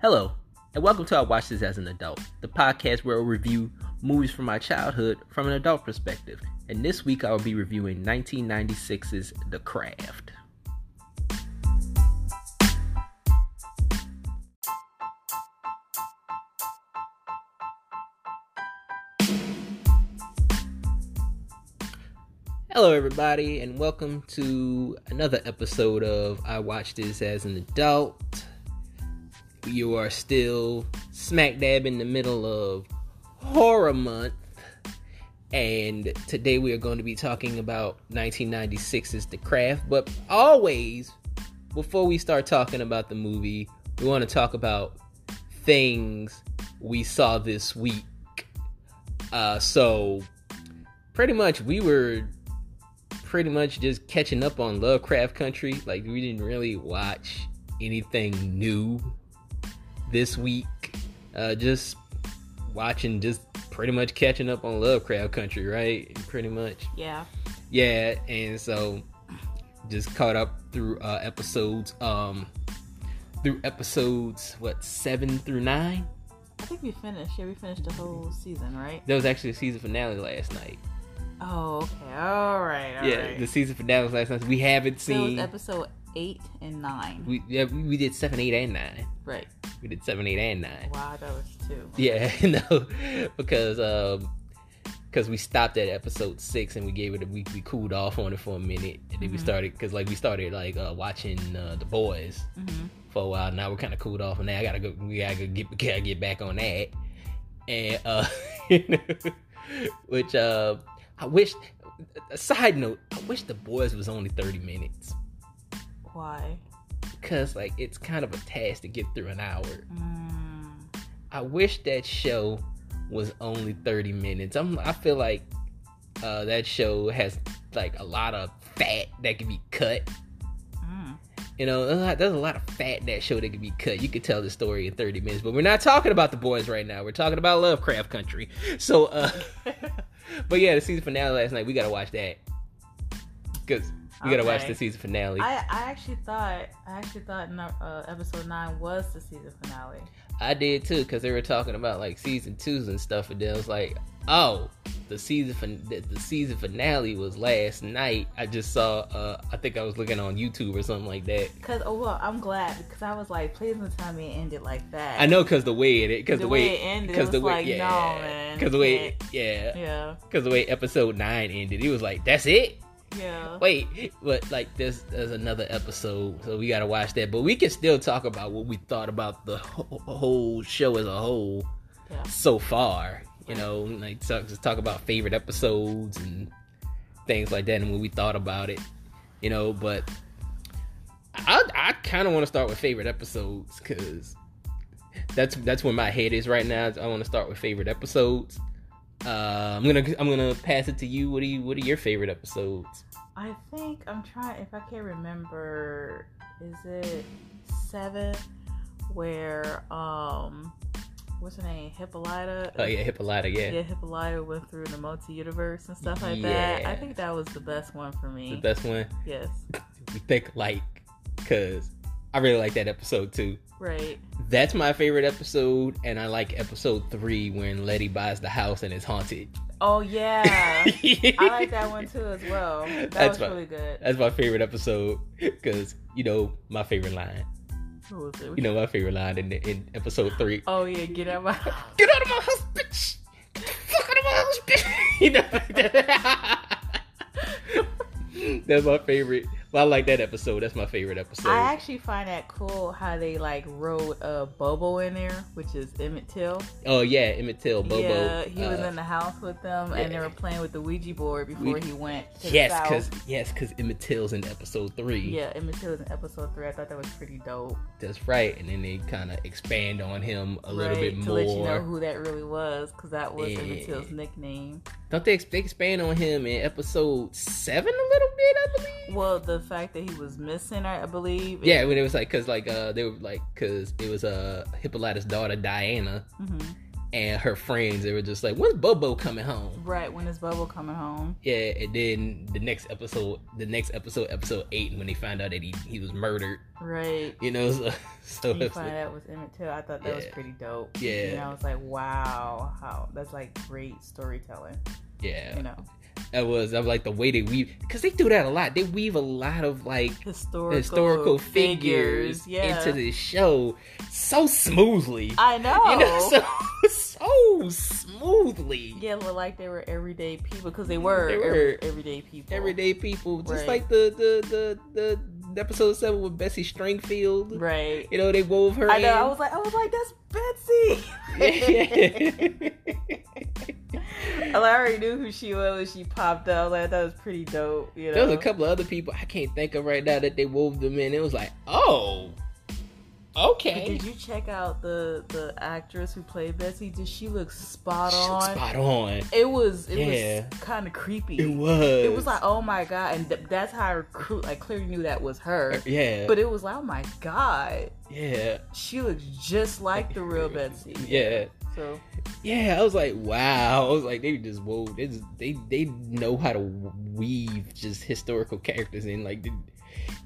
Hello, and welcome to I Watch This as an Adult, the podcast where I review movies from my childhood from an adult perspective. And this week I will be reviewing 1996's The Craft. Hello, everybody, and welcome to another episode of I Watch This as an Adult you are still smack dab in the middle of horror month and today we are going to be talking about 1996's the craft but always before we start talking about the movie we want to talk about things we saw this week uh, so pretty much we were pretty much just catching up on lovecraft country like we didn't really watch anything new this week. Uh, just watching, just pretty much catching up on Lovecraft Country, right? Pretty much. Yeah. Yeah, and so just caught up through uh, episodes, um, through episodes, what, seven through nine? I think we finished. Yeah, we finished the whole season, right? That was actually the season finale last night. Oh, okay. All right. all yeah, right. the season finale was last night. We haven't so it was seen. episode eight and nine. we, yeah, we we did seven, eight, and nine. Right. We did seven, eight, and nine. Wow, that was two. Yeah, no, because um, because we stopped at episode six and we gave it a we we cooled off on it for a minute and then we Mhm. started because like we started like uh, watching uh, the boys Mm-hmm. for a while. Now we're kind of cooled off and now I gotta go. We gotta go get gotta get back on that and uh, which uh, I wish. A side note: I wish the boys was only thirty minutes Why? because like it's kind of a task to get through an hour. Mm. I wish that show was only 30 minutes. I'm I feel like uh that show has like a lot of fat that can be cut. Mm. You know, there's a lot- there's a lot of fat in that show that can be cut. You could tell the story in 30 minutes, but we're not talking about the boys right now. We're talking about Lovecraft Country. So uh but yeah, the season finale last night, we got to watch that. Cuz we got to watch Okay. the season finale. I, I I actually thought I actually thought no, uh, episode nine was the season finale. did too cuz they were talking about like season 2s and stuff and then I was like, oh the season fin- the, the season finale was last night i just saw uh i think i was looking on youtube or something like that Cause oh well, I'm glad because I was like, please don't tell me it ended like that. i know because the way it because Because the, way it ended, it because was the way like, no, yeah man. because the way yeah Yeah. because the way episode 9 ended it was like that's it Yeah. wait but like there's there's another episode so we gotta watch that but we can still talk about what we thought about the whole, whole show as a whole Yeah. so far you know like talk, just talk about favorite episodes and things like that and what we thought about it you know but i i kind of want to start with favorite episodes because that's that's where my head is right now i want to start with favorite episodes uh, I'm gonna I'm gonna pass it to you. What are you What are your favorite episodes? I think I'm trying. If I can remember, is it seven? Where um, what's her name? Hippolyta. Oh yeah, Hippolyta. Yeah, Yeah, Hippolyta went through the multi-universe and stuff like that. Yeah. I think that was the best one for it's the me. best one. yes, We think like, cause I really like that episode too. right. That's my favorite episode, and I like episode three when Letty buys the house and it's haunted. Oh yeah, I like that one too as well. That That's was fine. really good. That's my favorite episode, cause you know my favorite line. What was it? You know my favorite line in in episode three. Oh yeah, get out of my house. Get out of my house, bitch! Get the fuck out of my house, bitch! You know, that's my favorite. Well, I like that episode. That's my favorite episode. I actually find that cool how they like wrote a uh, Bobo in there, which is Emmett Till. oh yeah, Emmett Till, Bobo. Yeah, he was uh, in the house with them, and they yeah. were playing with the Ouija board before Ouija- he went. To the yes, south. cause yes, cause Emmett Till's in episode three. yeah, Emmett Till was in episode three. I thought that was pretty dope. That's right. And then they kind of expand on him a little right? bit to more. let you know who that really was, because that was Yeah. Emmett Till's nickname. Don't they, ex- they expand on him in episode seven a little bit? I believe. Well, the fact that he was missing, I I believe. it- Yeah, when it was like, cause like uh, they were like, cause it was uh Hippolyta's daughter Diana. Mhm. and her friends they were just like, "When's Bobo coming home?" Right when is Bubble coming home? Yeah, and then the next episode, the next episode, episode eight, when they found out that he, he was murdered, Right. you know, so, so you it's find like, out was Emmett Till. I thought that was Yeah. pretty dope. Yeah. And I was like, wow, how that's like great storytelling. yeah, You know, that was I'm like the way they weave because they do that a lot. They weave a lot of like historical historical figures, Yeah. into this show so smoothly. I know. You know, so so smoothly. Oh. yeah, look like they were everyday people because they were, They every- were. everyday people. Everyday people, just Right. like the the the the episode seven with Bessie Stringfield. Right. You know, they wove her. I know. in. I was like, I was like, that's Betsy. there I already knew who she was when she popped up. I was like, that was pretty dope. You know, was a couple of other people I can't think of right now that they wove them in. It was like, oh, But okay, Did you check out the the actress who played Betsy? Did she look She spot on? looks spot on. It was it Yeah. was kind of creepy. It was. It was like oh my god, and th- that's how I recruit. I clearly knew that was her. yeah, But it was like oh my god, yeah, she looks just like the real Betsy. yeah, So yeah. I was like, wow. I was like, they just wove. They just, they they know how to weave just historical characters in. Like, the-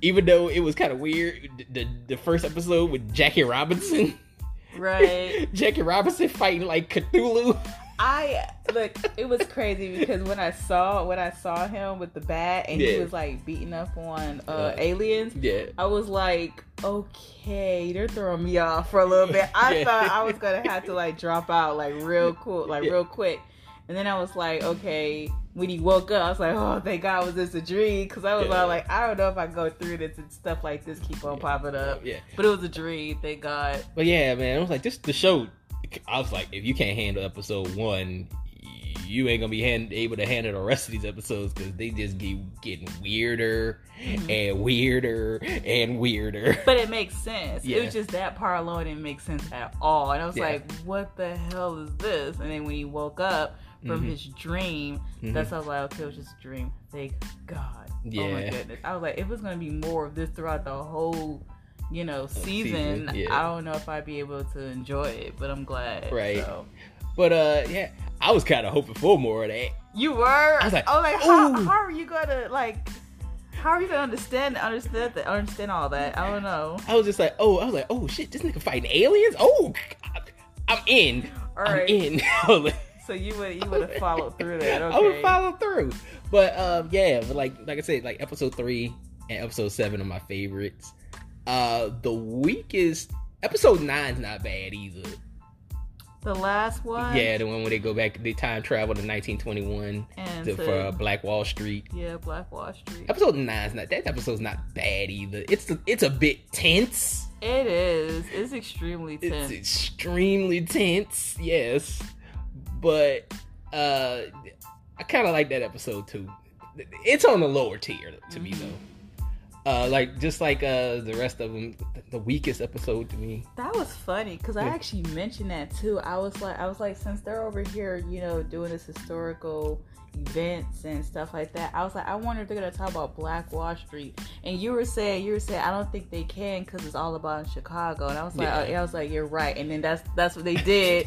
even though it was kind of weird, the, the the first episode with Jackie Robinson. right, Jackie Robinson fighting like Cthulhu. I look. It was crazy because when I saw when I saw him with the bat and he Yeah. was like beating up on uh, Uh, aliens. Yeah. I was like, okay, they're throwing me off for a little bit. I Yeah. thought I was gonna have to like drop out like real cool, like Yeah. real quick. And then I was like, okay. When he woke up, I was like, oh, thank God, was this a dream? Because I was Yeah. all like, I don't know if I go through this and stuff like this keep on Yeah. popping up. Yeah. But it was a dream, thank God. But yeah, man, I was like, this the show. I was like, if you can't handle episode one, you ain't gonna be hand, able to handle the rest of these episodes because they just keep getting weirder Mhm. and weirder and weirder. But it makes sense. It Yeah. was just that part alone didn't make sense at all. And I was Yeah. like, what the hell is this? And then when he woke up from Mhm. his dream, Mhm. That's how I was like, okay, it was just a dream. Thank God. Oh my Yeah. goodness. I was like, if it's gonna be more of this throughout the whole, you know, season, season, yeah. I don't know if I'd be able to enjoy it, but I'm glad. Right. So. But uh, yeah, I was kind of hoping for more of that. You were. I was like, oh, like how, ooh. how are you gonna like? How are you gonna understand understand that understand all that? I don't know. I was just like, oh, I was like, oh shit, this nigga fighting aliens. Oh, I- I'm in. All I'm right. in. I was like, So you would you would have followed through that. Okay. I would follow through. But um, yeah, but like like I said, like episode three and episode seven are my favorites. Uh, the weakest episode nine's not bad either. The last one. Yeah, the one where they go back, they time travel to 1921 And to, to- for uh, Black Wall Street. yeah, Black Wall Street. Episode nine's not that episode's not bad either. It's a, it's a bit tense. It is. It's extremely tense. It's extremely tense. Yes, but uh, I kind of like that episode too. It's on the lower tier to me Mhm. though. Uh, like just like uh the rest of them, the weakest episode to me. That was funny because I Yeah. actually mentioned that too. I was like, I was like, since they're over here, you know, doing this historical events and stuff like that, I was like, I wonder if they're gonna talk about Black Wall Street. And you were saying, you were saying, I don't think they can because it's all about in Chicago. And I was like, Yeah. oh, yeah, I was like, you're right. And then that's that's what they did.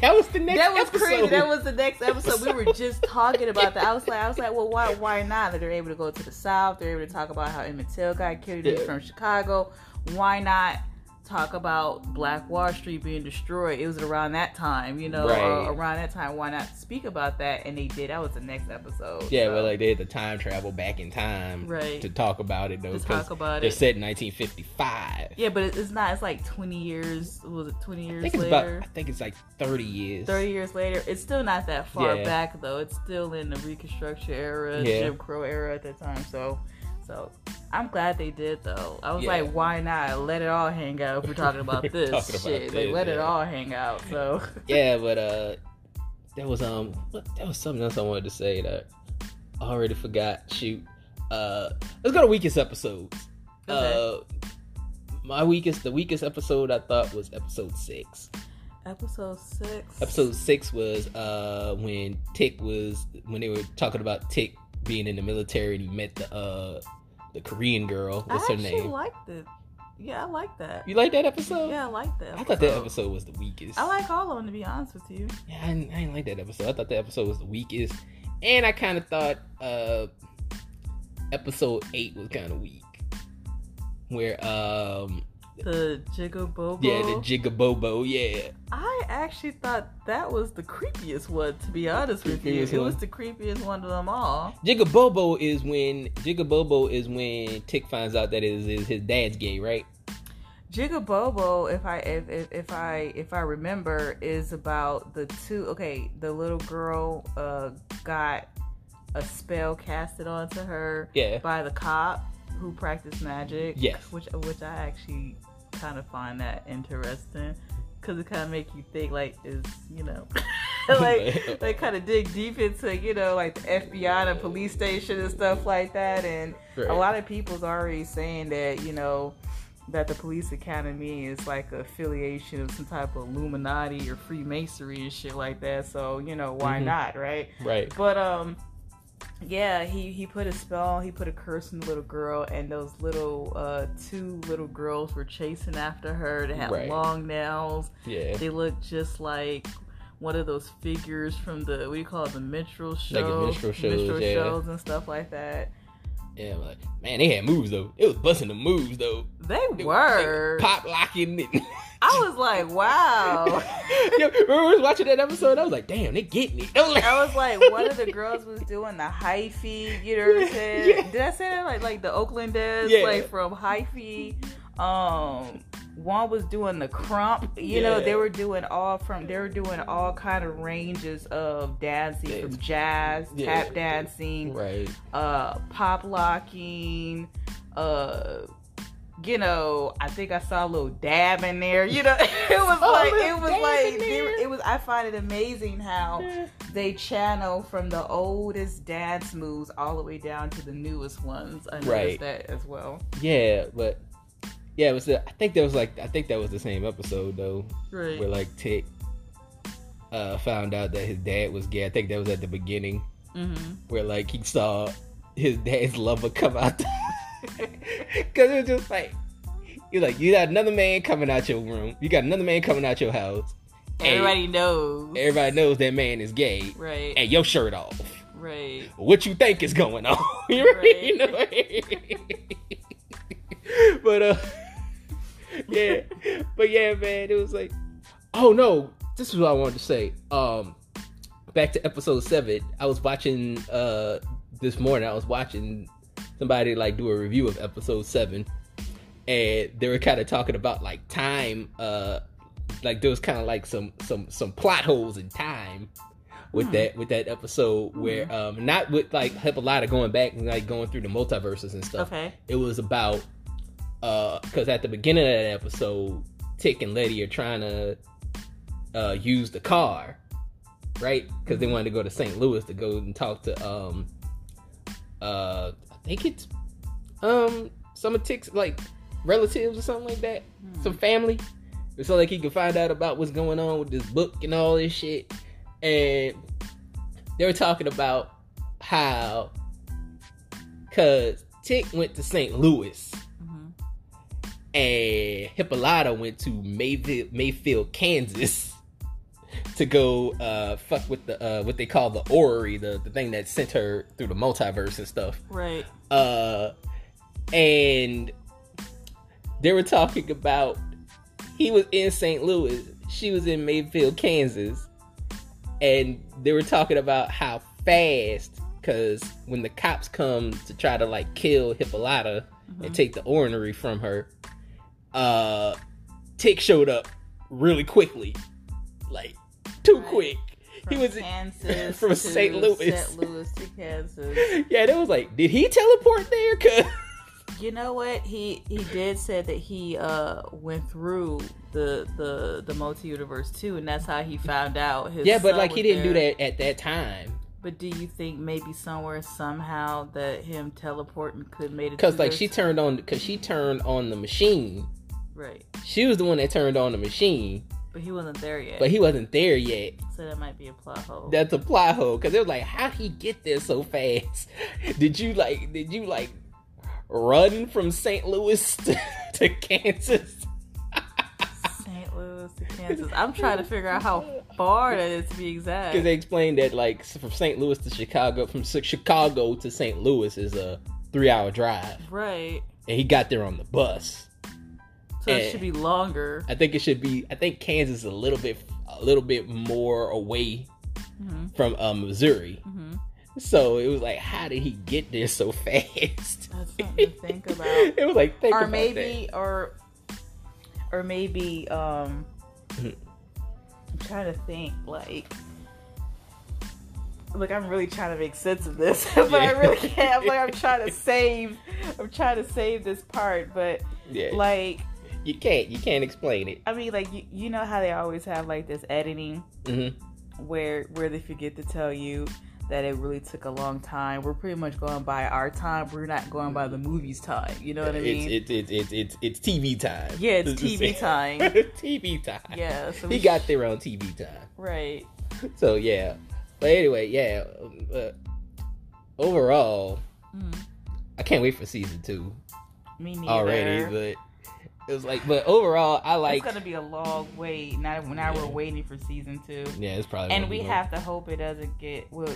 That was the next. That was episode. crazy. That was the next episode. We were just talking about that. I was like, I was like, well, why, why not? That they're able to go to the South. They're able to talk about how Emmett Till got killed. He was Yeah. from Chicago. Why not talk about Black Wall Street being destroyed? It was around that time, you know, Right. uh, around that time. Why not speak about that? And they did. That was the next episode. Yeah, So, well, like they had to time travel back in time Right. to talk about it though, to because talk about they it. said 1955. Yeah, but it- it's not. It's like twenty years. Was it twenty I years think it's later? about. I think it's like 30 years. 30 years later, it's still not that far Yeah. back though. It's still in the Reconstruction era, Yeah. Jim Crow era at that time. So, so I'm glad they did though. I was Yeah. like, why not let it all hang out if we're talking about this Talking about shit? like, this, let it yeah. all hang out. So, yeah, but uh, that was um, what, that was something else I wanted to say that I already forgot. Shoot, uh, let's go to weakest episodes. Okay. Uh, my weakest, the weakest episode I thought was episode six. episode six. Episode six was uh when Tick was when they were talking about Tick being in the military and he met the uh the Korean girl. What's her I actually name? liked it. Yeah, I like that. You like that episode? Yeah, I like that. I thought that episode was the weakest. I like all of them to be honest with you. Yeah, I, didn't, I didn't like that episode. I thought that episode was the weakest, and I kind of thought uh, episode eight was kind of weak, where um The Jigga Bobo. yeah the Jigabobo yeah I actually thought that was the creepiest one. To be honest with you, Creepiest it one? was the creepiest one of them all. Jigabobo is when Jigabobo is when Tick finds out that is is his dad's gay right Jigabobo, if I if, if if I if I remember, is about the two. Okay, the little girl uh, got a spell casted onto her yeah by the cop who practiced magic. Yes. which which I actually kind of find that interesting because it kind of make you think like is you know like they kind of dig deep into you know like the FBI and police station and stuff like that and a lot of people's already saying that you know that the police academy is like an affiliation of some type of illuminati or freemasonry and shit like that so you know why Mhm. not right right but um, yeah, he he put a spell, he put a curse on the little girl, and those little uh two little girls were chasing after her. They had Right. long nails. yeah They looked just like one of those figures from the what do you call it, the minstrel show, Like the minstrel shows, minstrel yeah. shows and stuff like that. yeah I'm like man they had moves though it was busting the moves though They They- they were. pop locking it. I was like, wow. Yo, when I was watching that episode, I was like, damn, they getting it. I was like, I was like, one of the girls was doing the hyphy, you know what I'm saying? Yeah. Did I say that? Like, like the Oakland dads, Yeah. like from hyphy. Um, one was doing the crump. You know, Yeah. they were doing all from they were doing all kind of ranges of dancing from jazz, Yeah. tap dancing, right. uh, pop locking, uh. You know, I think I saw a little dab in there. You know, it was Oh, a like it little was dab like in they were- there. it was. I find it amazing how they channel from the oldest dance moves all the way down to the newest ones. I noticed Right. that as well. Yeah, but yeah, it was. The, I think that was like, I think that was the same episode though, Right. where like Tick uh, found out that his dad was gay. I think that was at the beginning, mm-hmm. where like he saw his dad's lover come out, because it was just like. You're like, you got another man coming out your room. You got another man coming out your house. and Everybody knows. everybody knows that man is gay. Right. And your shirt off. Right. what you think is going on. you already know. but uh, yeah, but yeah, man, it was like, oh no, this is what I wanted to say. Um, back to episode seven. I was watching uh this morning. I was watching somebody like do a review of episode seven, and they were kind of talking about like time. Uh, like there was kind of like some some some plot holes in time with that with that episode where um not with like Hippolyta going back and like going through the multiverses and stuff. Okay. It was about uh because at the beginning of that episode, Tick and Letty are trying to uh use the car, right? Because they wanted to go to St. Louis to go and talk to um uh I think it's um some of Tick's like relatives or something like that, some family, so like he can find out about what's going on with this book and all this shit. And they were talking about how because Tick went to St. Louis hmm and Hippolyta went to Mayfield, Mayfield Kansas, to go uh, fuck with the uh, what they call the orrery, the, the thing that sent her through the multiverse and stuff. Right. Uh, and they were talking about he was in St. Louis, she was in Mayfield, Kansas, and they were talking about how fast. Cause when the cops come to try to like kill Hippolyta, Mm-hmm. and take the ornery from her. Uh Tick showed up really quickly. Like too Right. quick. From was- Kansas from to St. Louis. St. Louis to Kansas. Yeah, that was like, did he teleport there? Cause You know what? He he did say that he uh went through the the the multi universe too, and that's how he found out. His yeah, but son like he was didn't there. do that at that time. But do you think maybe somewhere somehow that him teleporting could made it? Cause to like this? she turned on, cause she turned on the machine. right, She was the one that turned on the machine, but he wasn't there yet, but he wasn't there yet. so that might be a plot hole. That's a plot hole. Cause it was like, how he get there so fast? Did you like? Did you like run from St. Louis to, to Kansas. St. Louis to Kansas. I'm trying to figure out how far that is to be exact. Because they explained that like from St. Louis to Chicago, from Chi- Chicago to St. Louis is a three-hour drive, Right. and he got there on the bus. So Eh. it should be longer. I think it should be. I think Kansas is a little bit, a little bit more away Mm-hmm. from uh, Missouri. Mm-hmm. So it was like, how did he get there so fast? That's something to think about. it was like, think or about maybe, or or maybe, um, Mhm. I'm trying to think. Like, look, I'm really trying to make sense of this, but I Yeah. really can't. I'm like, I'm trying to save. I'm trying to save this part, but that. Yeah, like, you can't, you can't explain it. I mean, like you, you know how they always have like this editing hmm where where they forget to tell you that it really took a long time. We're pretty much going by our time. We're not going by the movie's time. You know what I mean? It's, it's, it's, it's, it's, it's TV time. yeah, it's This is TV it. time. TV time. Yeah, so He we got there on TV time. right. So yeah. But anyway, yeah. um, Uh, overall, Mm. I can't wait for season two Me neither. already. eh, But it was like, but overall, I like. it's gonna be a long wait. Now, now Yeah. we're waiting for season two, Yeah, it's probably. and gonna we be- have to hope it doesn't get. Well,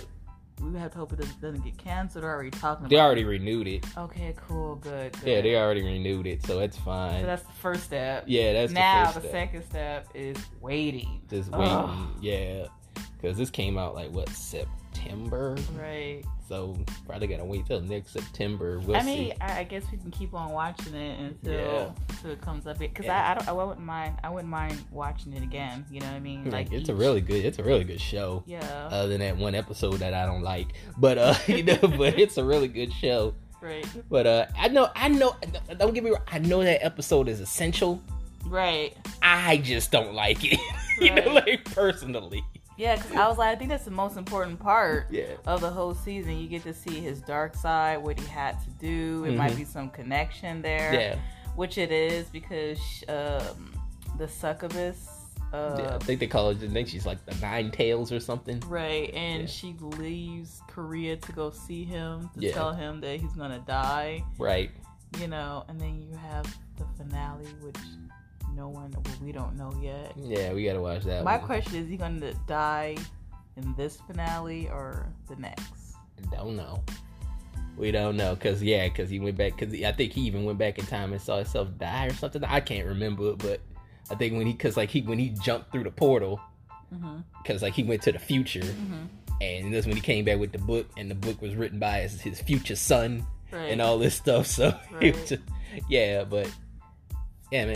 we have to hope it doesn't, doesn't get canceled. We're already talking They about. already renewed it. okay, cool, good. good. Yeah, they already renewed it, so it's So fine. that's the first step. yeah, that's now the, first step. second step is waiting. Just waiting. Ugh. Yeah, because this came out like what September, Right. so probably gotta wait till next September. We'll I mean, see. I I guess we can keep on watching it until Yeah. until it comes up because Yeah. I I, don't, I wouldn't mind I wouldn't mind watching it again. You know what I mean? Like, it's a each- really Uh, good, it's a really good show. yeah other than that one episode that I don't like. But uh, you know, but it's a really good show. right But uh, I know, I know. Don't get me wrong. I know that episode is essential. right I just don't like it. you know, Right. like personally. yeah. Because I was like, I think that's the most important part Yeah. of the whole season. You get to see his dark side, what he had to do. It might be some connection there, Mm-hmm. Yeah. which it is because um, the succubus. Uh, yeah. I think they call it. I think she's like the Nine Tails or something. Right, and Yeah. she leaves Korea to go see him to Yeah. tell him that he's gonna die, Right. you know. And then you have the finale, which no one we don't know yet. Yeah. We gotta watch that. My one. question is, he gonna die in this finale or the next? Don't know. We don't know, cause yeah, cause he went back, cause he, I think he even went back in time and saw himself die or something. I can't remember, but I think when he, cause like he when he jumped through the portal, Mm-hmm. because like he went to the future Mm-hmm. and that's when he came back with the book and the book was written by his, his future son Right. and uh, all this stuff so it was Right. just, yeah but yeah man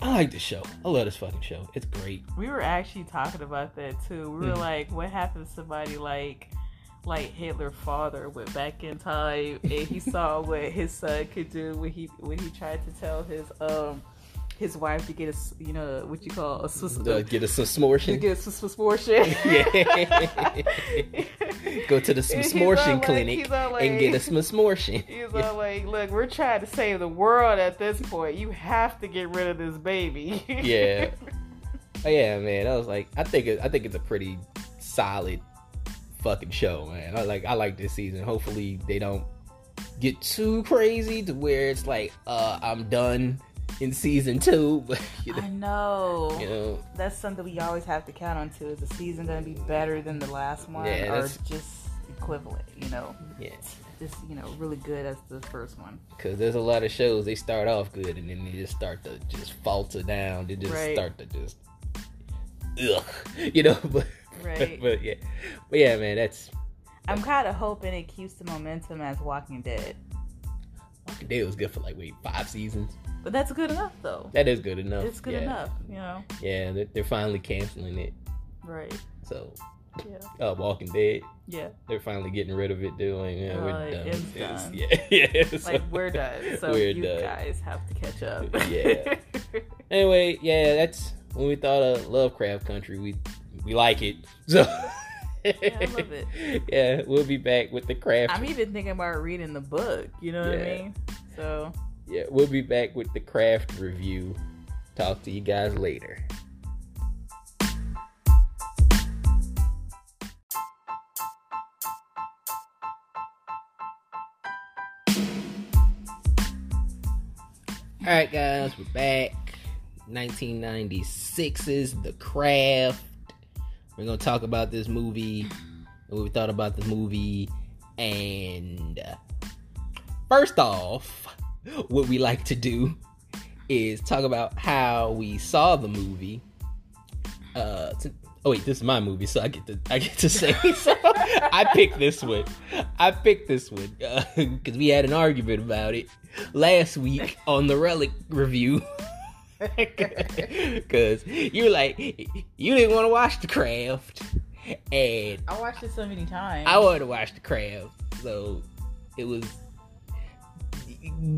i like this show i love this fucking show it's great we were actually talking about that too. We were Mhm. like, what happened to somebody like like Hitler's father went back in time and he saw what his son could do when he when he tried to tell his um his wife to get a s- you know what you call a Swiss Uh, get us some to smortion get a Swiss Swiss abortion. Yeah. go to the And he's all smortion like- clinic he's all and get like- us some smortion He's all like, look, we're trying to save the world at this point. You have to get rid of this baby. Yeah. Oh, yeah, man. I was like, I think it, I think it's a pretty solid fucking show, man. I like I like this season. Hopefully they don't get too crazy to where it's like, uh, I'm done in season two, but you know, I know. you know that's something we always have to count on too. Is the season going to be better than the last one, Yeah, or that's- just equivalent? You know, yeah, just you know, really good as the first one. because there's a lot of shows they start off good and then they just start to just falter down. They just Right. start to just, ugh, you know. But Right. but yeah, but yeah, man. That's I'm kind of hoping it keeps the momentum as Walking Dead, Walking Dead was good for like wait five seasons. but that's good enough though. That is good enough. It's good yeah. enough, you know. Yeah, they're, they're finally canceling it. Right? So, Yeah. uh, Walking Dead, Yeah. they're finally getting rid of it. Doing, like, yeah, Oh, we're done. it's with this. done. Yeah, yeah. so- Like we're done, so We're you done. guys have to catch up. Yeah. Anyway, yeah, that's when we thought of Lovecraft Country. We we like it. So. I love it. Yeah, we'll be back with the craft. I'm even thinking about reading the book. You know what Yeah. I mean? So yeah, we'll be back with the craft review. Talk to you guys later. All right, guys, we're back. 1996's The Craft. We're gonna talk about this movie, what we thought about the movie, and uh, first off, what we like to do is talk about how we saw the movie. Uh, to, oh wait, this is my movie, so I get to I get to say so. I picked this one. I picked this one because we had an argument about it last week on the Relic review. Because you were like, you didn't want to watch The Craft, and I watched it so many times. I wanted to watch The Craft, so it was.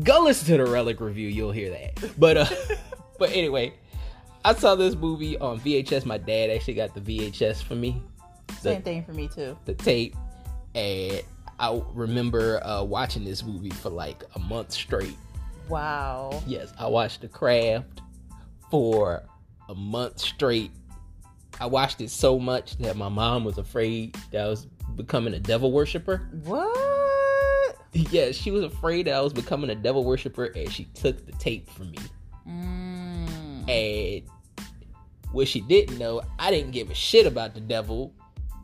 Go listen to the Relic review, you'll hear that. But uh, but anyway, I saw this movie on VHS. My dad actually got the VHS for me, Same thing for me too. the tape, and I remember uh, watching this movie for like a month straight. Wow. Yes, I watched The Craft for a month straight. I watched it so much that my mom was afraid that I was becoming a devil worshiper. What? Yeah, she was afraid that I was becoming a devil worshiper and she took the tape from me. Mm. And what she didn't know, I didn't give a shit about the devil.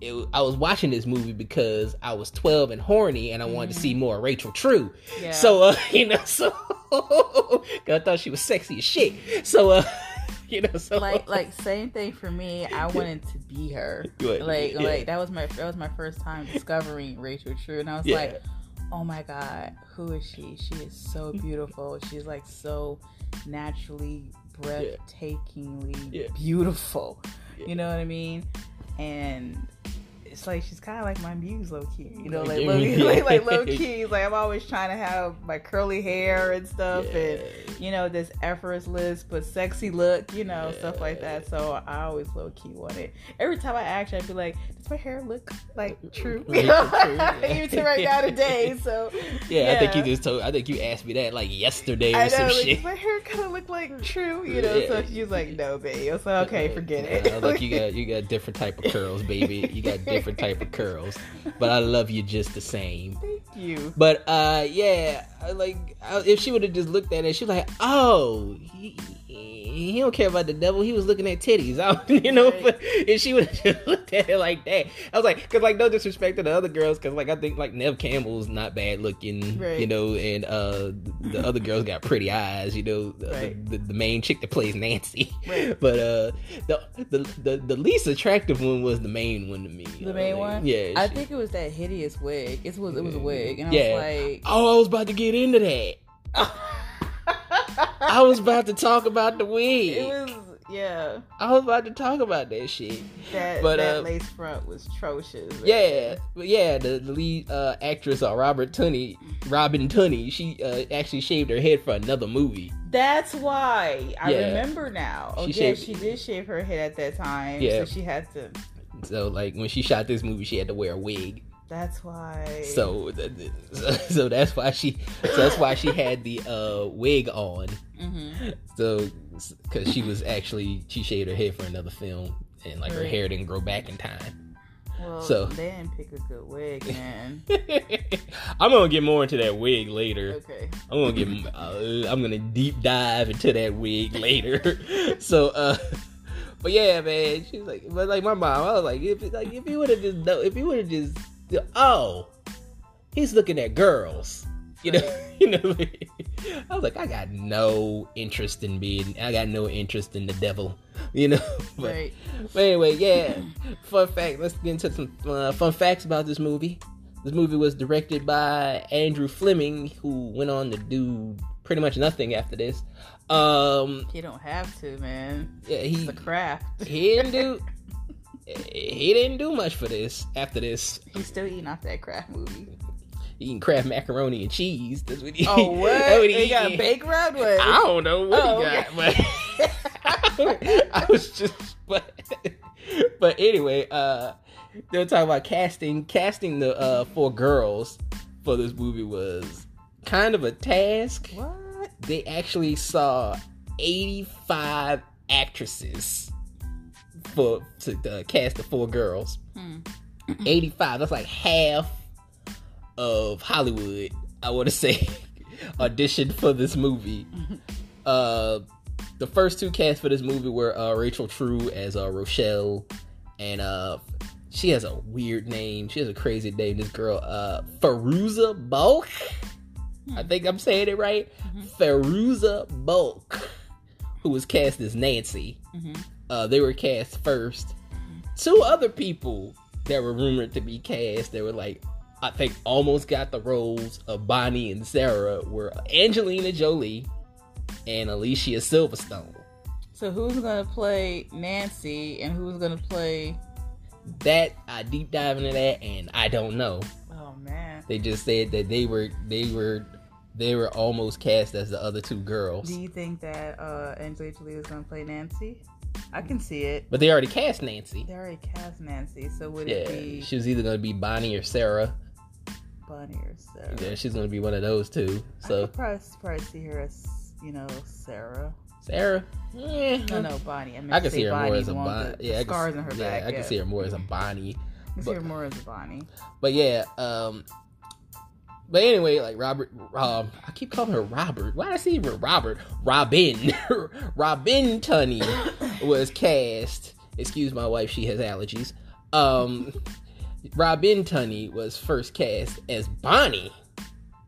It, wa- I was watching this movie because I was 12 and horny and I wanted to see more Rachel True. Mm-hmm. Yeah. So uh, you know, so 'cause I thought she was sexy as shit. So uh, you know, so like like same thing for me. I wanted to be her. Good. Like Yeah. like that was my that was my first time discovering Rachel True, and I was Yeah. like, oh my god, who is she? She is so beautiful. She's like so naturally, breathtakingly Yeah. beautiful. Yeah. You know what I mean? And it's like she's kind of like my muse, low key. You know, like Yeah. low key, like, like low key. Like I'm always trying to have my curly hair and stuff, and you know, this effortless but sexy look, you know, stuff like that. So I always low key want it. Every time I act, I'd be like, does my hair look like true? Like You know? true, yeah. Even to right now today. So yeah, I think you yeah. just told. I think you asked me that like yesterday or I know, some like, shit. does my hair kind of look like true? You know, so Yeah. she's like, no, babe. I was like, okay, forget Uh, it. Look, you got you got different type of curls, baby. You got different type of curls, but I love you just the same. Thank you. But uh, yeah, I, like I, if she would have just looked at it, she's like, "Oh, he, he he don't care about the devil. He was looking at titties." I, you know, Right. but if she would have just looked at it like that, I was like, "Cause like no disrespect to the other girls, cause like I think like Nev Campbell's not bad looking, Right. you know, and uh, the other girls got pretty eyes, you know, the, Right. the, the main chick that plays Nancy, Right. but uh, the, the the the least attractive one was the main one to me. The main Like, one? yeah. I she- think it was that hideous wig. It was it was a wig, and I Yeah. was like, Oh, I was about to get into that. I was about to talk about the wig. it was yeah. I was about to talk about that shit. That But, that uh, lace front was atrocious. Yeah, but yeah, the, the lead uh, actress, uh, Robert Tunney, Robin Tunney, she uh, actually shaved her head for another movie. That's why I Yeah. remember now. Oh She yeah, shaved- she did shave her head at that time. Yeah. So she had to. So like when she shot this movie, she had to wear a wig. That's why. So th- th- so, so that's why she so that's why she had the uh, wig on. hmm So because she was actually she shaved her head for another film, and like her Right. hair didn't grow back in time. Well, So- they didn't pick a good wig, man. I'm gonna get more into that wig later. okay. I'm gonna get. Uh, I'm gonna deep dive into that wig later. so, uh, but yeah, man. She's like, but like my mom. I was like, if like if you would have just know, if you would have just, oh, he's looking at girls. You know, you know. I was like, I got no interest in being. I got no interest in the devil. You know. But, right. but anyway, yeah. fun fact. Let's get into some uh, fun facts about this movie. This movie was directed by Andrew Fleming, who went on to do pretty much nothing after this. Um, You don't have to, man. yeah, he It's a craft. he didn't do he didn't do much for this after this. He's still eating off that craft movie. Eating Kraft macaroni and cheese. That's what he. Oh, what? that's what he They got eating. a big round I one. don't know what Oh, he got, okay. but. I was just, but, but anyway, uh, they were talking about casting, casting the uh, four girls for this movie was kind of a task. What? They actually saw eighty-five actresses for to uh, cast the four girls. Hmm. Eighty-five. That's like half of Hollywood. I want to say auditioned for this movie. Uh, the first two casts for this movie were uh, Rachel True as uh, Rochelle, and uh, she has a weird name. She has a crazy name. This girl, uh, Feruza Bulk. I think I'm saying it right. Mhm. Feruza Bulk, who was cast as Nancy. Mhm. Uh, they were cast first. Two other people that were rumored to be cast that were like, I think almost got the roles of Bonnie and Sarah were Angelina Jolie and Alicia Silverstone. So who's gonna play Nancy and who's gonna play? That I deep dive into that and I don't know. Oh man. They just said that they were they were they were almost cast as the other two girls. Do you think that uh, Angelina Jolie is gonna play Nancy? I can see it. But they already cast Nancy. They already cast Nancy, so would it Yeah, be she was either gonna be Bonnie or Sarah. Bunny or Sarah? Yeah, she's gonna be one of those two. I So could probably, probably see her as you know Sarah. Sarah, yeah, No, no, Bonnie. I, meant I to can say see her Bonnie, more as a the one with Bonnie. the- the Yeah, I can- scars in her yeah, back. I can see her more as a Bonnie. I can see her but- more as a Bonnie. But yeah, um, but anyway, like Robert, um, I keep calling her Robert. Why did I see her Robert? Robin, Robin Tunney was cast. Excuse my wife, she has allergies. Um, Robin Tunney was first cast as Bonnie.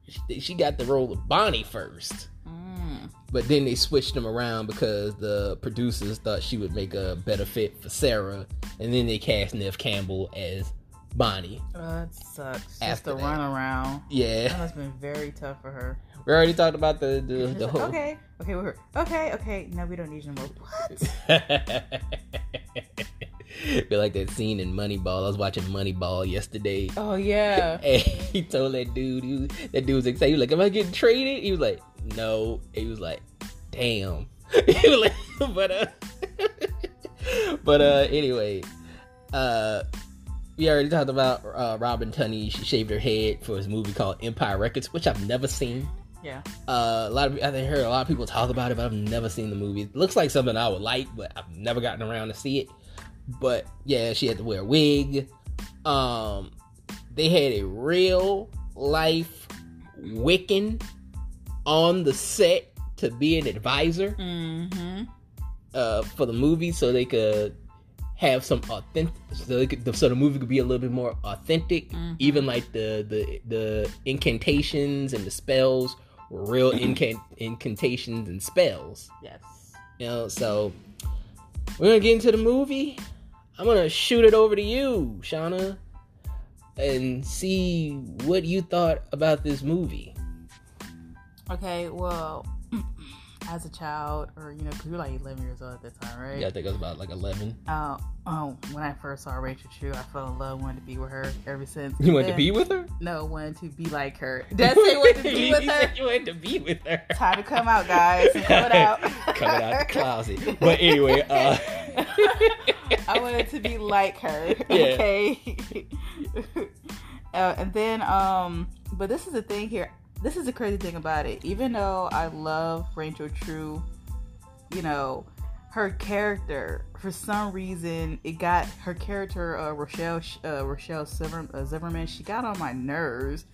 She- She got the role of Bonnie first, Mm. but then they switched them around because the producers thought she would make a better fit for Sarah, and then they cast Nev Campbell as Bonnie. Oh, that sucks. Just After the that. runaround. That Yeah, has been very tough for her. we already talked about the the, Just the like, whole. okay, okay, we're here. Okay, okay. No, we don't need you anymore. What? Be like that scene in Moneyball. I was watching Moneyball yesterday, Oh yeah. and he told that dude, he was, that dude was excited. He was like, "Am I getting traded?" He was like, "No." And he was like, "Damn." He was like, but uh, but uh, anyway, uh, we already talked about uh, Robin Tunney. She shaved her head for his movie called Empire Records, which I've never seen. Yeah. Uh, a lot of I think heard a lot of people talk about it, but I've never seen the movie. It looks like something I would like, but I've never gotten around to see it. But yeah, she had to wear a wig. Um, they had a real life Wiccan on the set to be an advisor Mm-hmm. uh, for the movie, so they could have some authentic, so, they could, so the movie could be a little bit more authentic. Mhm. Even like the the the incantations and the spells were real incant incantations and spells. Yes. You know, so we're gonna get into the movie. I'm gonna shoot it over to you, Shauna, and see what you thought about this movie. Okay, well, as a child, or you know, 'cause you were like 11 years old at that time, right? Yeah, I think I was about like 11. Uh, oh, when I first saw Rachel True, I fell in love, wanted to be with her ever since. You wanted to Then- be with her? No, wanted to be like her. Did I say wanted to be You with her? said You wanted to be with her. Time to come out, guys. Come it out. Coming out the closet. But anyway, uh, I wanted to be like her. Yeah. Okay. uh, and then, um, but this is the thing here. This is the crazy thing about it. Even though I love Rachel True, you know, her character for some reason it got her character uh, Rochelle uh, Rochelle Zimmer, uh, Zimmerman. She got on my nerves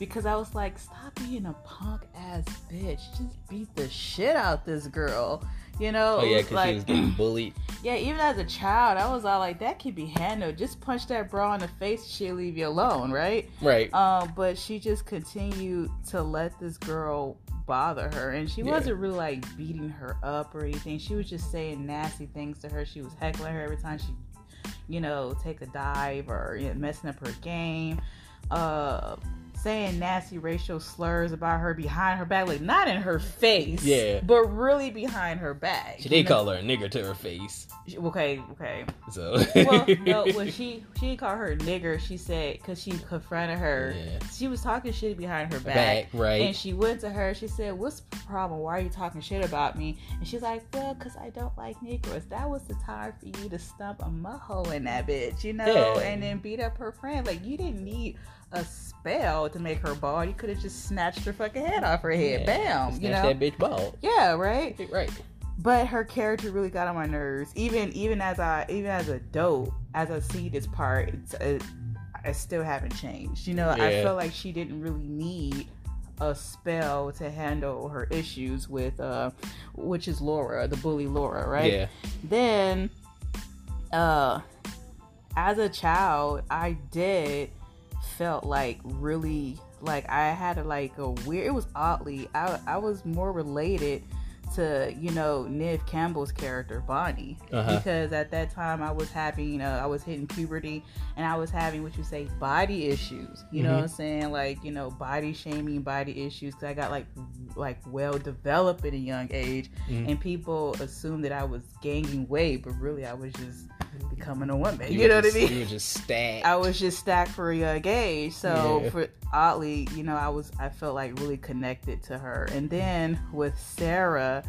because I was like, stop being a punk ass bitch. Just beat the shit out this girl. You know? oh yeah, because It was she like- was getting bullied. yeah, even as a child, I was all like, that can be handled. Just punch that bra in the face, she'll leave you alone, right? Right. Um, but she just continued to let this girl bother her, and she Yeah. wasn't really like beating her up or anything. She was just saying nasty things to her. She was heckling her every time she, you know, take a dive or you know, messing up her game, uh, saying nasty racial slurs about her behind her back, like not in her face, Yeah. but really behind her back. she you did know? call her a nigger to her face. Okay, okay So. well, no, when she she didn't call her nigger, she said because she confronted her. Yeah. She was talking shit behind her back, Back, right. and she went to her. She said, "What's the problem? Why are you talking shit about me?" And she's like, "Well, cause I don't like Negroes. That was the time for you to stump a muho in that bitch, you know, Yeah. and then beat up her friend. Like you didn't need a spell to make her bald. You could have just snatched her fucking head off her head. Yeah. Snatch Bam, um, you know." that bitch ball. yeah, right Right. but her character really got on my nerves even even as i even as a dope as i see this part it's it, i still haven't changed you know i Yeah. feel like she didn't really need a spell to handle her issues with uh which is Laura, the bully Laura, right? Yeah. Then uh as a child, I did felt like really like I had a, like a weird it was oddly I I was more related to you know Niv Campbell's character Bonnie Uh-huh. because at that time I was having uh, I was hitting puberty and I was having what you say body issues you know Mhm. what I'm saying like you know body shaming body issues because I got like like well developed at a young age Mhm. and people assumed that I was gaining weight but really I was just becoming a woman you, were know what I just- mean Mm-hmm. You were just stacked. I was just stacked for a young age. So Yeah. for oddly, you know, I was I felt like really connected to her. And then with Sarah,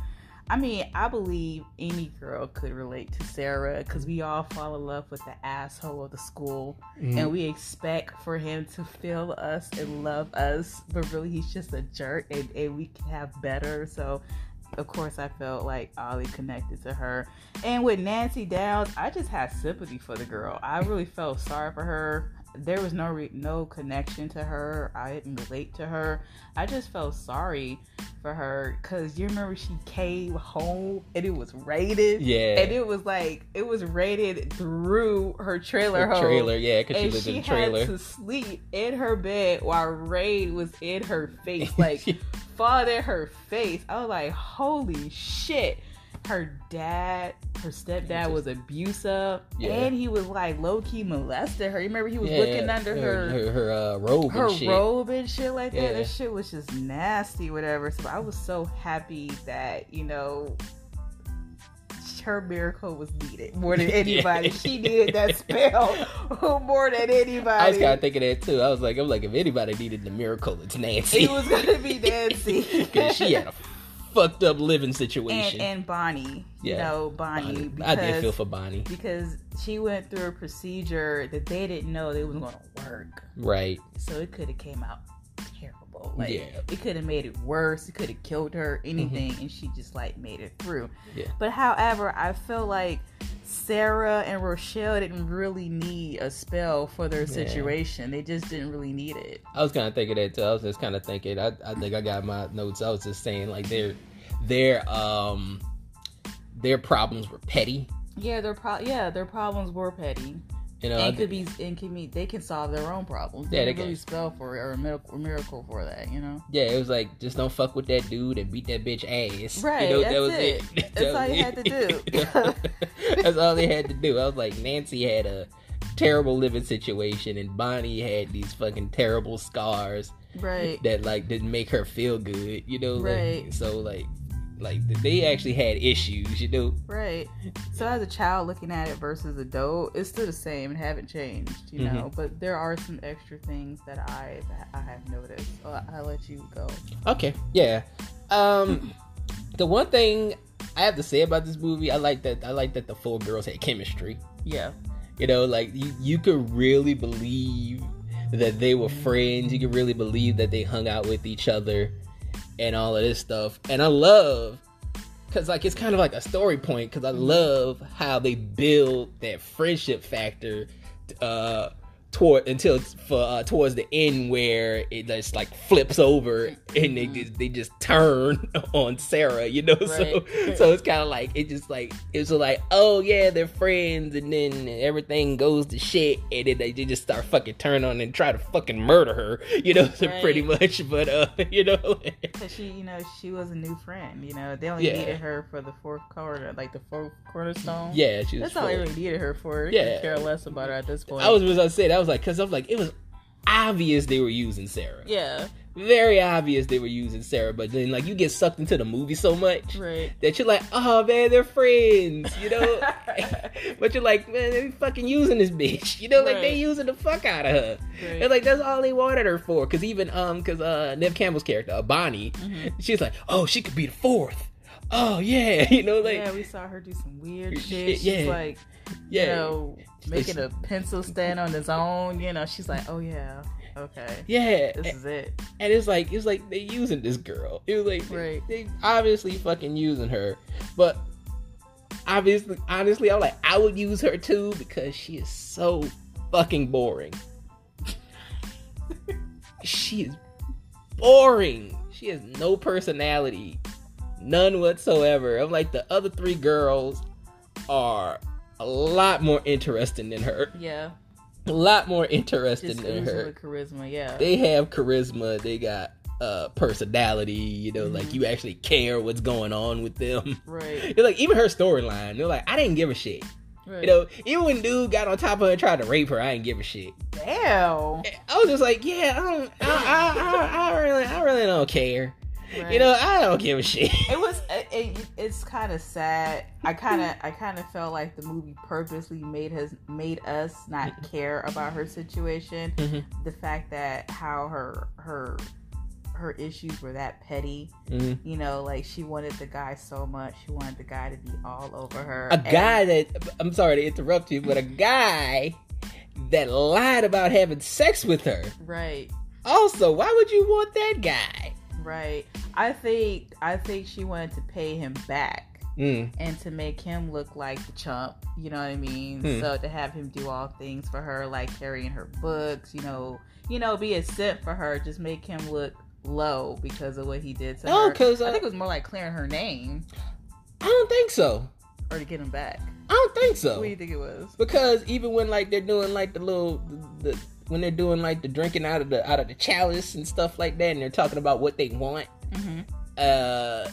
I mean, I believe any girl could relate to Sarah because we all fall in love with the asshole of the school, Mhm. and we expect for him to feel us and love us, but really he's just a jerk, and, and we can have better. So. Of course, I felt like Ollie connected to her. And with Nancy Downs, I just had sympathy for the girl. I really felt sorry for her. There was no re- no connection to her. I didn't relate to her. I just felt sorry for her because you remember she came home and it was rated. yeah. And it was like it was rated through her trailer The home. trailer, yeah, because she And lived she in a had trailer. to sleep in her bed while Raid was in her face. Like fall in her face. I was like, holy shit. Her dad, her stepdad was abusive. Yeah. And he was like low key molested her. You remember he was looking under her her, her uh, robe her and shit. robe and shit like that. Yeah. That shit was just nasty, whatever. So I was so happy that, you know, her miracle was needed more than Yeah. anybody. She needed that spell more than anybody. I was kind of thinking that too. I was like, I'm like, if anybody needed the miracle, it's Nancy. it was gonna be Nancy. Because she had a fucked up living situation. and, and Bonnie. You Yeah. know, Bonnie. Bonnie. I Because, did feel for Bonnie. because she went through a procedure that they didn't know they was gonna work. Right. So it could have came out terrible. Like Yeah. Mm-hmm. it could have made it worse. It could have killed her, anything, and she just like made it through. Yeah. But however, I feel like Sarah and Rochelle didn't really need a spell for their situation. They just didn't really need it. I was kind of thinking that too. I was just kind of thinking. I, I think I got my notes. I was just saying like their their um their problems were petty. Yeah, their pro- yeah, their problems were petty. You know, I and thi- could be and can be they can solve their own problems. Yeah, Yeah, they they can really can. spell for it or a miracle, miracle for that, you know. yeah, it was like just don't fuck with that dude and beat that bitch ass. Right, You know, that's it. That's all you had to do. that's all they had to do. I was like, Nancy had a terrible living situation, and Bonnie had these fucking terrible scars Right. that like didn't make her feel good. You know, like, Right. So like, like they actually had issues. You know. Right. So as a child looking at it versus adult, it's still the same. It haven't changed, Mm-hmm. you know. But there are some extra things that I that I have noticed. Oh, I'll let you go. Okay. Yeah. Um the one thing I have to say about this movie, I like that I like that the four girls had chemistry. Yeah. You know, like you, you could really believe that they were friends. You could really believe that they hung out with each other and all of this stuff. And I love cuz like it's kind of like a story point cuz I love how they build that friendship factor uh toward until it's for uh, towards the end where it just like flips over and they just they just turn on Sarah, you know. So Right. so it's kind of like it just like it's just like oh yeah they're friends and then everything goes to shit and then they they just start fucking turn on and try to fucking murder her, you know. So Right. pretty much, but uh, you know, Cause she, you know, she was a new friend. You know, they only Yeah. needed her for the fourth corner, like the fourth cornerstone. yeah, she was. That's all they full. really needed her for. They Yeah. could care less about her at this point. I was as I said, I was like, cause I'm like it was obvious they were using Sarah. Yeah. very obvious they were using Sarah, but then like you get sucked into the movie so much Right. that you're like, oh man, they're friends, you know. but you're like, man, they fucking using this bitch, you know, like they Right. using the fuck out of her. Right. And like that's all they wanted her for, because even um, because uh, Nev Campbell's character, uh, Bonnie, she's like, oh, she could be the fourth. Oh yeah, you know, like yeah, yeah, we saw her do some weird Shit, shit. She's yeah. like, you know, making a pencil stand on its own. You know, she's like, oh yeah, okay, yeah. this is it. And it's like it's like they using this girl. It was like they- Right. they, obviously fucking using her. But obviously honestly I'm like I would use her too because she is so fucking boring. she is boring. She has no personality, none whatsoever. I'm like the other three girls are a lot more interesting than her. Yeah. A lot more interesting Just than oozing her. with charisma. Yeah. They have charisma. They got uh personality. You know, like you actually care what's going on with them. right. They're like even her storyline. They're like, I didn't give a shit. Right. You know, even when dude got on top of her and tried to rape her, I didn't give a shit. Damn. I was just like, yeah, I don't, I, I, I, I really, I really don't care. Right. You know, I don't give a shit. it was it, it, it's kind of sad i kind of i kind of felt like the movie purposely made us made us not care about her situation Mhm. the fact that how her her her issues were that petty Mhm. you know like she wanted the guy so much she wanted the guy to be all over her A and- guy that I'm sorry to interrupt you, but a guy that lied about having sex with her. right Also, why would you want that guy? right i think i think she wanted to pay him back Mm. and to make him look like the chump, you know what I mean? Hmm. So to have him do all things for her, like carrying her books, you know, you know, be a simp for her, just make him look low because of what he did to No, her. because I uh, think it was more like clearing her name I don't think so. or to get him back. I don't think What do so. you think it was? Because even when like they're doing like the little the, when they're doing like the drinking out of the out of the chalice and stuff like that, and they're talking about what they want. Mm-hmm. Uh,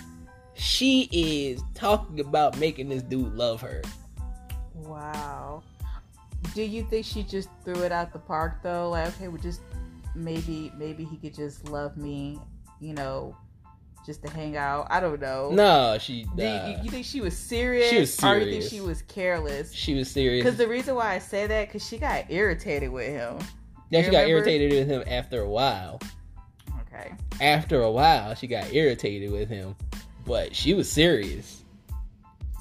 she is talking about making this dude love her. Wow. Do you think she just threw it out the park though? Like, okay, we just maybe maybe he could just love me, you know, just to hang out. I don't know. No, she. Do you, uh, you think she was serious? She was Or you think serious. she was careless? she was serious. Because the reason why I say that, because she got irritated with him. Then she got remember? irritated with him after a while. Okay. After a while, she got irritated with him, but she was serious.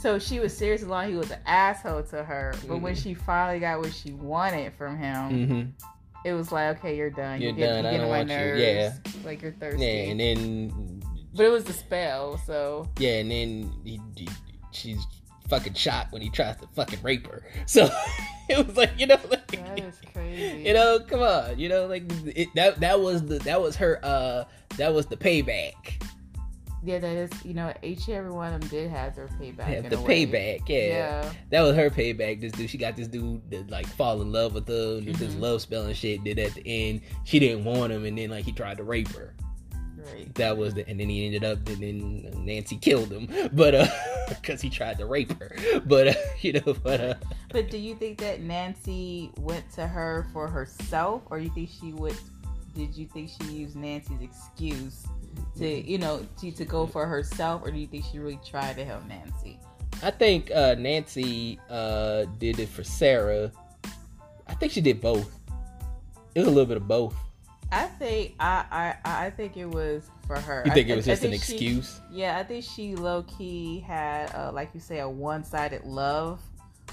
So she was serious as long as he was an asshole to her. But when Mhm. she finally got what she wanted from him, Mm-hmm. it was like, okay, you're done. You're get- done. I You're getting don't on my want you. nerves. Like, you're thirsty. Yeah, and then But it was the spell, so. yeah, and then he, he- she's fucking shocked when he tries to fucking rape her. So it was like you know, like, That is crazy. you know, come on, you know, like it, that that was the that was her uh that was the payback. yeah, that is, you know, each and every one of them did have their payback. Yeah, in the a way. payback, Yeah. That was her payback. This dude, she got this dude to like fall in love with her, did this Mhm. love spell and shit. Then at the end, she didn't want him, and then like he tried to rape her. Right. That was the, and then he ended up, and then Nancy killed him, but uh, because he tried to rape her. But uh, you know, but uh, But do you think that Nancy went to her for herself, or you think she would? Did you think she used Nancy's excuse to, you know, to, to go for herself, or do you think she really tried to help Nancy? I think uh, Nancy uh did it for Sarah. I think she did both. It was a little bit of both. I think I I, I think it was for her. You I think it was I just an think she- excuse? Yeah, I think she low key had, uh, like you say, a one sided love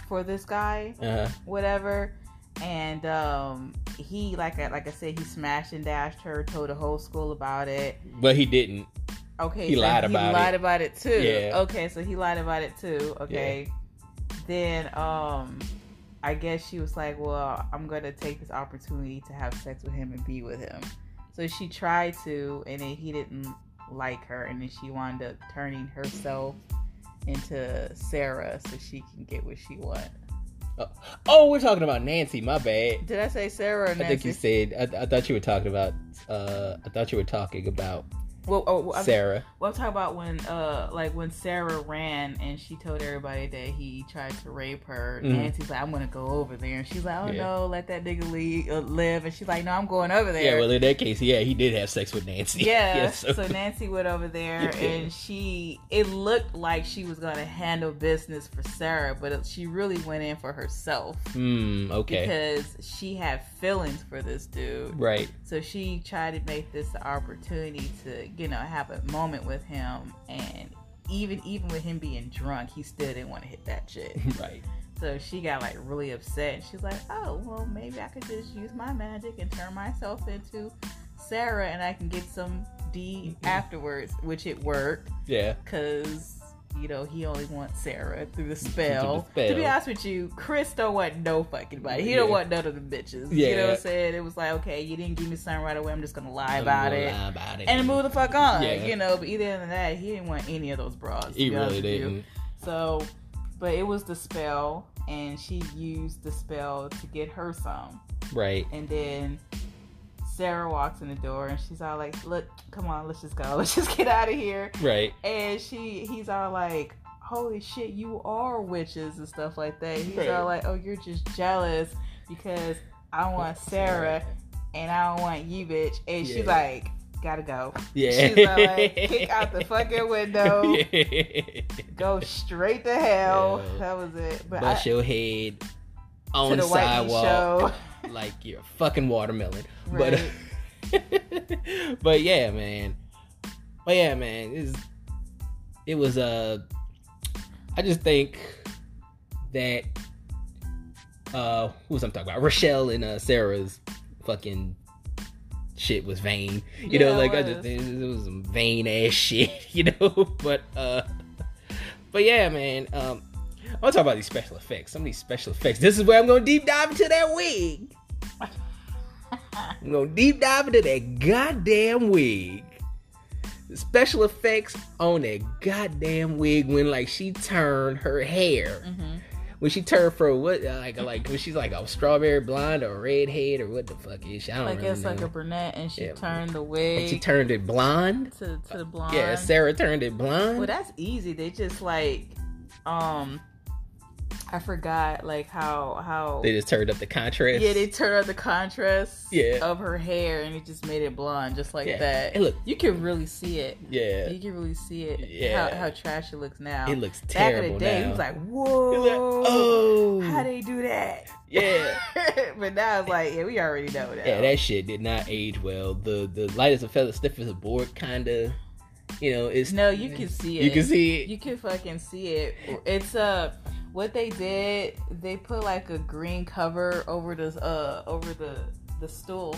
for this guy. Uh huh. whatever. And um, he, like I, like I said, he smashed and dashed her, told the whole school about it. But he didn't. Okay, He so lied he about lied it. about it too. Yeah. Okay, so he lied about it too. Okay, then um, I guess she was like, "Well, I'm gonna take this opportunity to have sex with him and be with him." So she tried to, and then he didn't like her, and then she wound up turning herself into Sarah so she can get what she wants. Oh, we're talking about Nancy. My bad. Did I say Sarah or Nancy? I think you said. I, I thought you were talking about. Uh, I thought you were talking about Well, oh, well, I'm, Sarah. well, I'm talking about when, uh, like when Sarah ran and she told everybody that he tried to rape her. Mhm. Nancy's like, I'm gonna go over there, and she's like, Oh Yeah. no, let that nigga leave, uh, live, and she's like, No, I'm going over there. Yeah. Well, in that case, yeah, he did have sex with Nancy. Yeah, Yes. so. Nancy went over there Yeah. and she it looked like she was gonna handle business for Sarah, but it, she really went in for herself Hmm. Okay. because she had feelings for this dude. Right. So she tried to make this the opportunity to, you know, have a moment with him and even even with him being drunk, he still didn't want to hit that shit. Right. So she got like really upset and she's like, Oh, well maybe I could just use my magic and turn myself into Sarah and I can get some D Mhm. afterwards, which it worked Yeah. because you know, he only wants Sarah through the spell. spell. To be honest with you, Chris don't want no fucking body. He don't Yeah. want none of the bitches. You know Yeah. what I'm saying? It was like, okay, you didn't give me something right away. I'm just gonna lie I'm about gonna it lie about it. and move the fuck on. Yeah. You know, but either than that, he didn't want any of those bras. to He be really honest with you. didn't. So, but it was the spell, and she used the spell to get her some. Right. And then Sarah walks in the door, and she's all like, "Look, come on, let's just go, let's just get out of here." Right. And she, he's all like, "Holy shit, you are witches and stuff like that." He's Right. all like, "Oh, you're just jealous because I want Sarah and I don't want you, bitch." And she's Yeah. like, "Gotta go." Yeah. She's all like, "Kick out the fucking window." Yeah. go straight to hell. Yeah. That was it. But Bust I, your head to on the, the white sidewalk show, like you're a fucking watermelon. right? But but yeah, man. But yeah, man. It's, it was uh I just think that uh who was I'm talking about? Rochelle and uh Sarah's fucking shit was vain. You Yeah, know, it like I just was. it, it was some vain ass shit, you know? But uh but yeah, man, um I want to talk about these special effects. Some of these special effects. This is where I'm gonna deep dive into that wig. I'm gonna deep dive into that goddamn wig. The special effects on that goddamn wig when like she turned her hair. Mhm. When she turned from what uh, like like when she's like a strawberry blonde or redhead or what the fuck is she? I don't Like really it's know. like a brunette, and she Yeah. turned the and wig she turned it blonde. to to the blonde. Yeah, Sarah turned it blonde. Well, that's easy. They just like, um, I forgot like how how. they just turned up the contrast. yeah, they turned up the contrast Yeah. of her hair, and it just made it blonde, just like Yeah. that. It look, you can really see it. yeah, You can really see it. Yeah. How, how trash it looks now. it looks Back terrible in the day, now. it was like, It was like, whoa, oh, how they do that? yeah. but now it's like, yeah, we already know that. Yeah, that shit did not age well. The the light as a feather, stiff as a board, kind of. You know, it's no, you can see it. You can see it. You can fucking see it. It's uh, what they did. They put like a green cover over the uh over the the stool.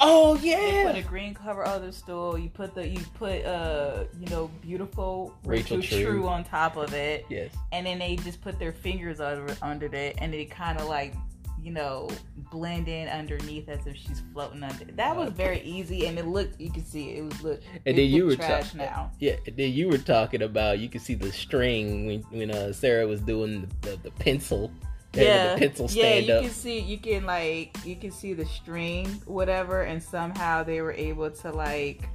oh They yeah, put a green cover over the stool. You put the you put uh you know beautiful Rachel True. True on top of it, yes, and then they just put their fingers under under it, and they kind of like. You know, blend in underneath as if she's floating under. That was very easy, and it looked. You could see it. It was look. And it then you looked were trash talking- now. yeah. And then you were talking about you could see the string when when uh, Sarah was doing the, the, the pencil. They had the pencil stand yeah, you up. can see you can like you can see the string, whatever, and somehow they were able to like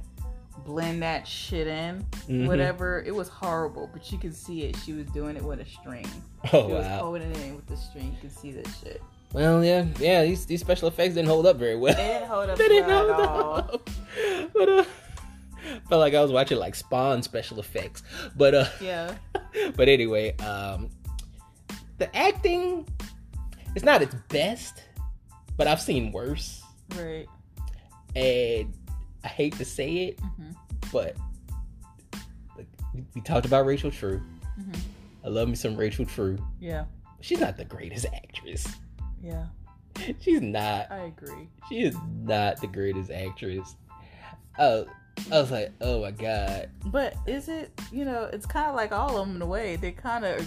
blend that shit in. Mhm. Whatever. It was horrible, but you can see it. She was doing it with a string. Oh she was wow. holding it in with the string. You can see that shit. Well, yeah, yeah. These these special effects didn't hold up very well. They didn't hold up They didn't well hold at all. up. But uh, felt like I was watching like Spawn special effects. But uh. Yeah. but anyway, um, the acting it's not its best, but I've seen worse, Right. and I hate to say it, Mhm. but like, we- we talked about Rachel True. Mhm. I love me some Rachel True. Yeah. She's not the greatest actress. Yeah. She's not. I agree. She is not the greatest actress. Uh, I was like, oh my god. But is it you know, it's kinda like all of them in a way. They kinda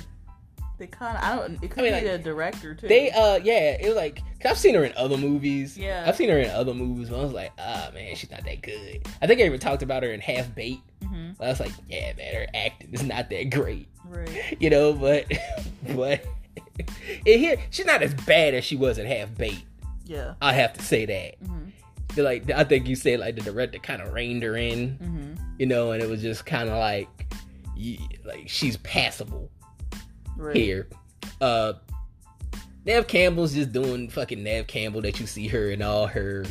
they kinda I don't it I could mean, be like, a director too. They uh yeah, it was like i I've seen her in other movies. Yeah. I've seen her in other movies, but I was like, ah man, she's not that good. I think I even talked about her in Half Bait. hmm I was like, yeah man, her acting is not that great, Right. you know. But but in here, she's not as bad as she was in Half Bait. Yeah. I have to say that. Mm-hmm. They're Like I think you said, like the director kind of reined her in, Mm-hmm. you know, and it was just kind of like, ye- like she's passable. Right. here. Uh Nav Campbell's just doing fucking Nav Campbell that you see her in all her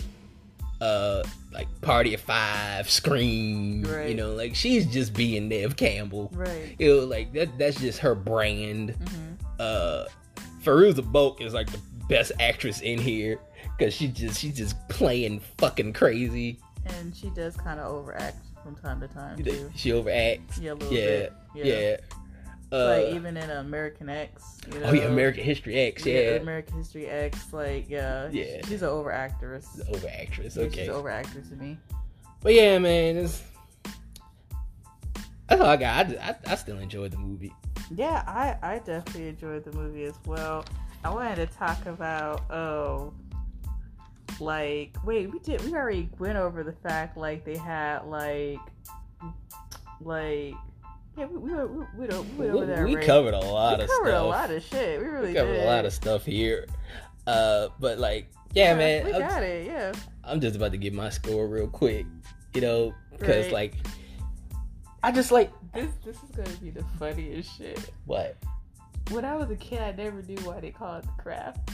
uh like Party of Five, Scream, you Right. know, like she's just being Nav Campbell. Right. You know, like that that's just her brand. Mm-hmm. Uh Feruza Bulk is like the best actress in here cuz she just she's just playing fucking crazy. And she does kind of overact from time to time too. She overacts. Yeah, a little Yeah. bit. Yeah. It's Uh, like even in American X. You know, oh yeah, American History X. yeah, Yeah. American History X. Like yeah, Yeah. she's an overactress. Over actress. Yeah, Okay. She's an overactress to me. But yeah, man, it's, I That's all I got. I, I, I still enjoyed the movie. Yeah, I, I definitely enjoyed the movie as well. I wanted to talk about oh like wait, we did we already went over the fact like they had like like yeah, we we we, we, don't- we went over that we already. covered a lot we of covered stuff. a lot of shit. We really we covered did. a lot of stuff here. Uh, but like, yeah, man, We I'm- got it. Yeah. I'm just about to give my score real quick, you know, because Right. like, I just like This this is gonna be the funniest shit. what? When I was a kid, I never knew why they call it the craft,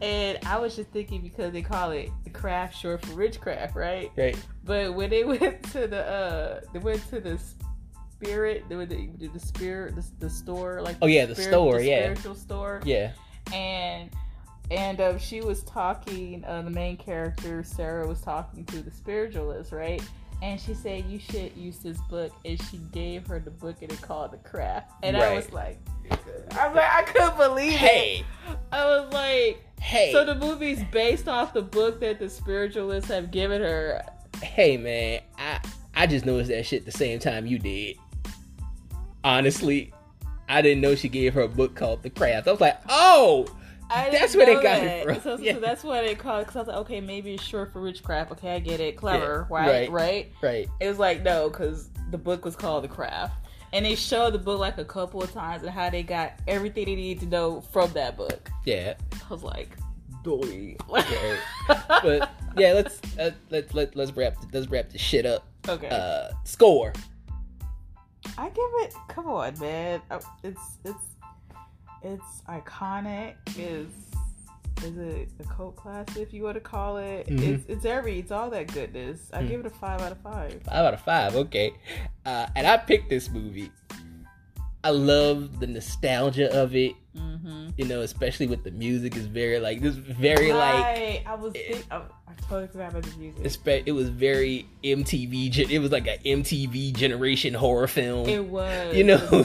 and I was just thinking because they call it the craft, short for rich craft, right? Right? But when they went to the uh, they went to the spirit, they went to the spirit, the, the store, like Oh, yeah, the spirit- store, yeah. spiritual store, Yeah. and and um, she was talking. Uh, the main character Sarah was talking to the spiritualist, right? And she said you should use this book, and she gave her the book, and it called The Craft. And I was like, I'm like, I couldn't believe Hey, it. I was like, hey, so the movie's based off the book that the spiritualists have given her. hey, man. I I just noticed that shit the same time you did. Honestly, I didn't know she gave her a book called The Craft. I was like, oh, I didn't That's where they know got that. it from. So, so Yeah. that's what they called. Because I was like, okay, maybe it's short for witchcraft. Okay, I get it. Clever, Yeah, right? right. Right. right, It was like no, because the book was called The Craft, and they showed the book like a couple of times and how they got everything they needed to know from that book. yeah, I was like, doy. Yeah. but yeah, let's uh, let let let's wrap let's wrap this shit up. okay, Uh, score. I give it. Come on, man. Uh, It's it's it's iconic. Is is it a cult classic if you want to call it? Mhm. It's it's every. It's all that goodness. I Mm. give it a five out of five. Five out of five, okay. Uh, and I picked this movie. I love the nostalgia of it, Mm-hmm. you know, especially with the music. It's very like this, very like. I was. it- think- I, I totally forgot about the music. Espe- it was very MTV. gen- It was like a MTV generation horror film. It was. You know, the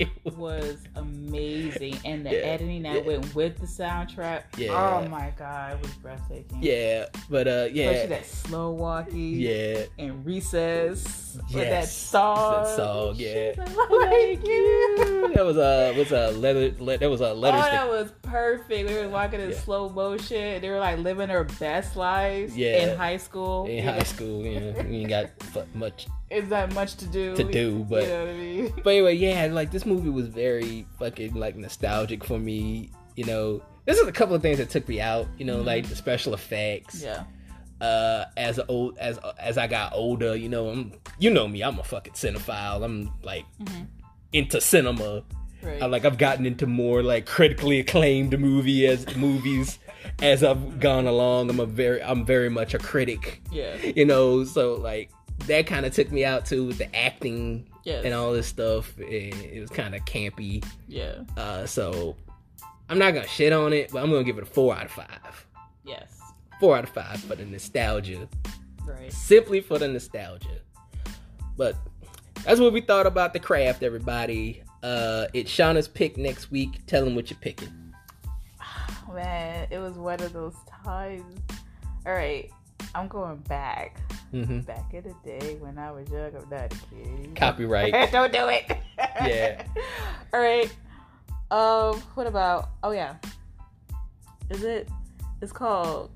it was amazing, and the Yeah, editing that yeah. went with the soundtrack. Yeah. Oh my god, it was breathtaking. yeah, but uh, Especially yeah, that slow walking. yeah, And recess with that Yes. song. That song, yeah. She's like, like you. that was a was a leather. Le- that was a Oh, letter. that was perfect. We were walking in Yeah. slow motion. They were like living their best lives Yeah. in high school. in high school, you know, we ain't got fu- much It's not much to do. to do, but you know what I mean. But anyway, yeah, like this movie was very fucking like nostalgic for me. You know, this is a couple of things that took me out. You know, Mhm. like the special effects. Yeah. Uh, as a old as as I got older, you know, I'm you know me, I'm a fucking cinephile. I'm like Mhm. into cinema. Right. I like I've gotten into more like critically acclaimed movie as movies as I've gone along. I'm a very I'm very much a critic. yeah. You know, so like that kind of took me out too with the acting Yes. and all this stuff. And it was kind of campy. Yeah. Uh, so I'm not gonna shit on it, but I'm gonna give it a four out of five. Yes. Four out of five for the nostalgia, Right. simply for the nostalgia. But that's what we thought about the craft, everybody. Uh, it's Shauna's pick next week. Tell them what you're picking. Man, it was one of those times. All right, I'm going back. hmm Back in the day when I was young, I'm not a kid. Copyright. Don't do it. Yeah. All right. Um, what about? Oh yeah. Is it? It's called.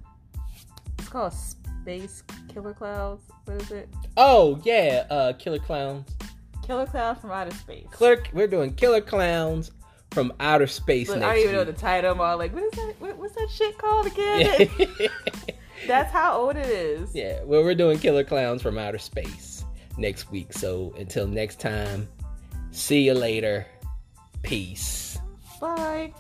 It's called Space Killer Clouds. What is it? Oh yeah, uh, Killer Clowns. Killer Cloud from Outer Space. Clerk, we're doing Killer Clowns from Outer Space Look, I next don't even know the week. title. I'm all like, what is that? What, what's that shit called again? Yeah. That's how old it is. Yeah, well, we're doing Killer Clowns from Outer Space next week. So until next time, see you later. Peace. Bye.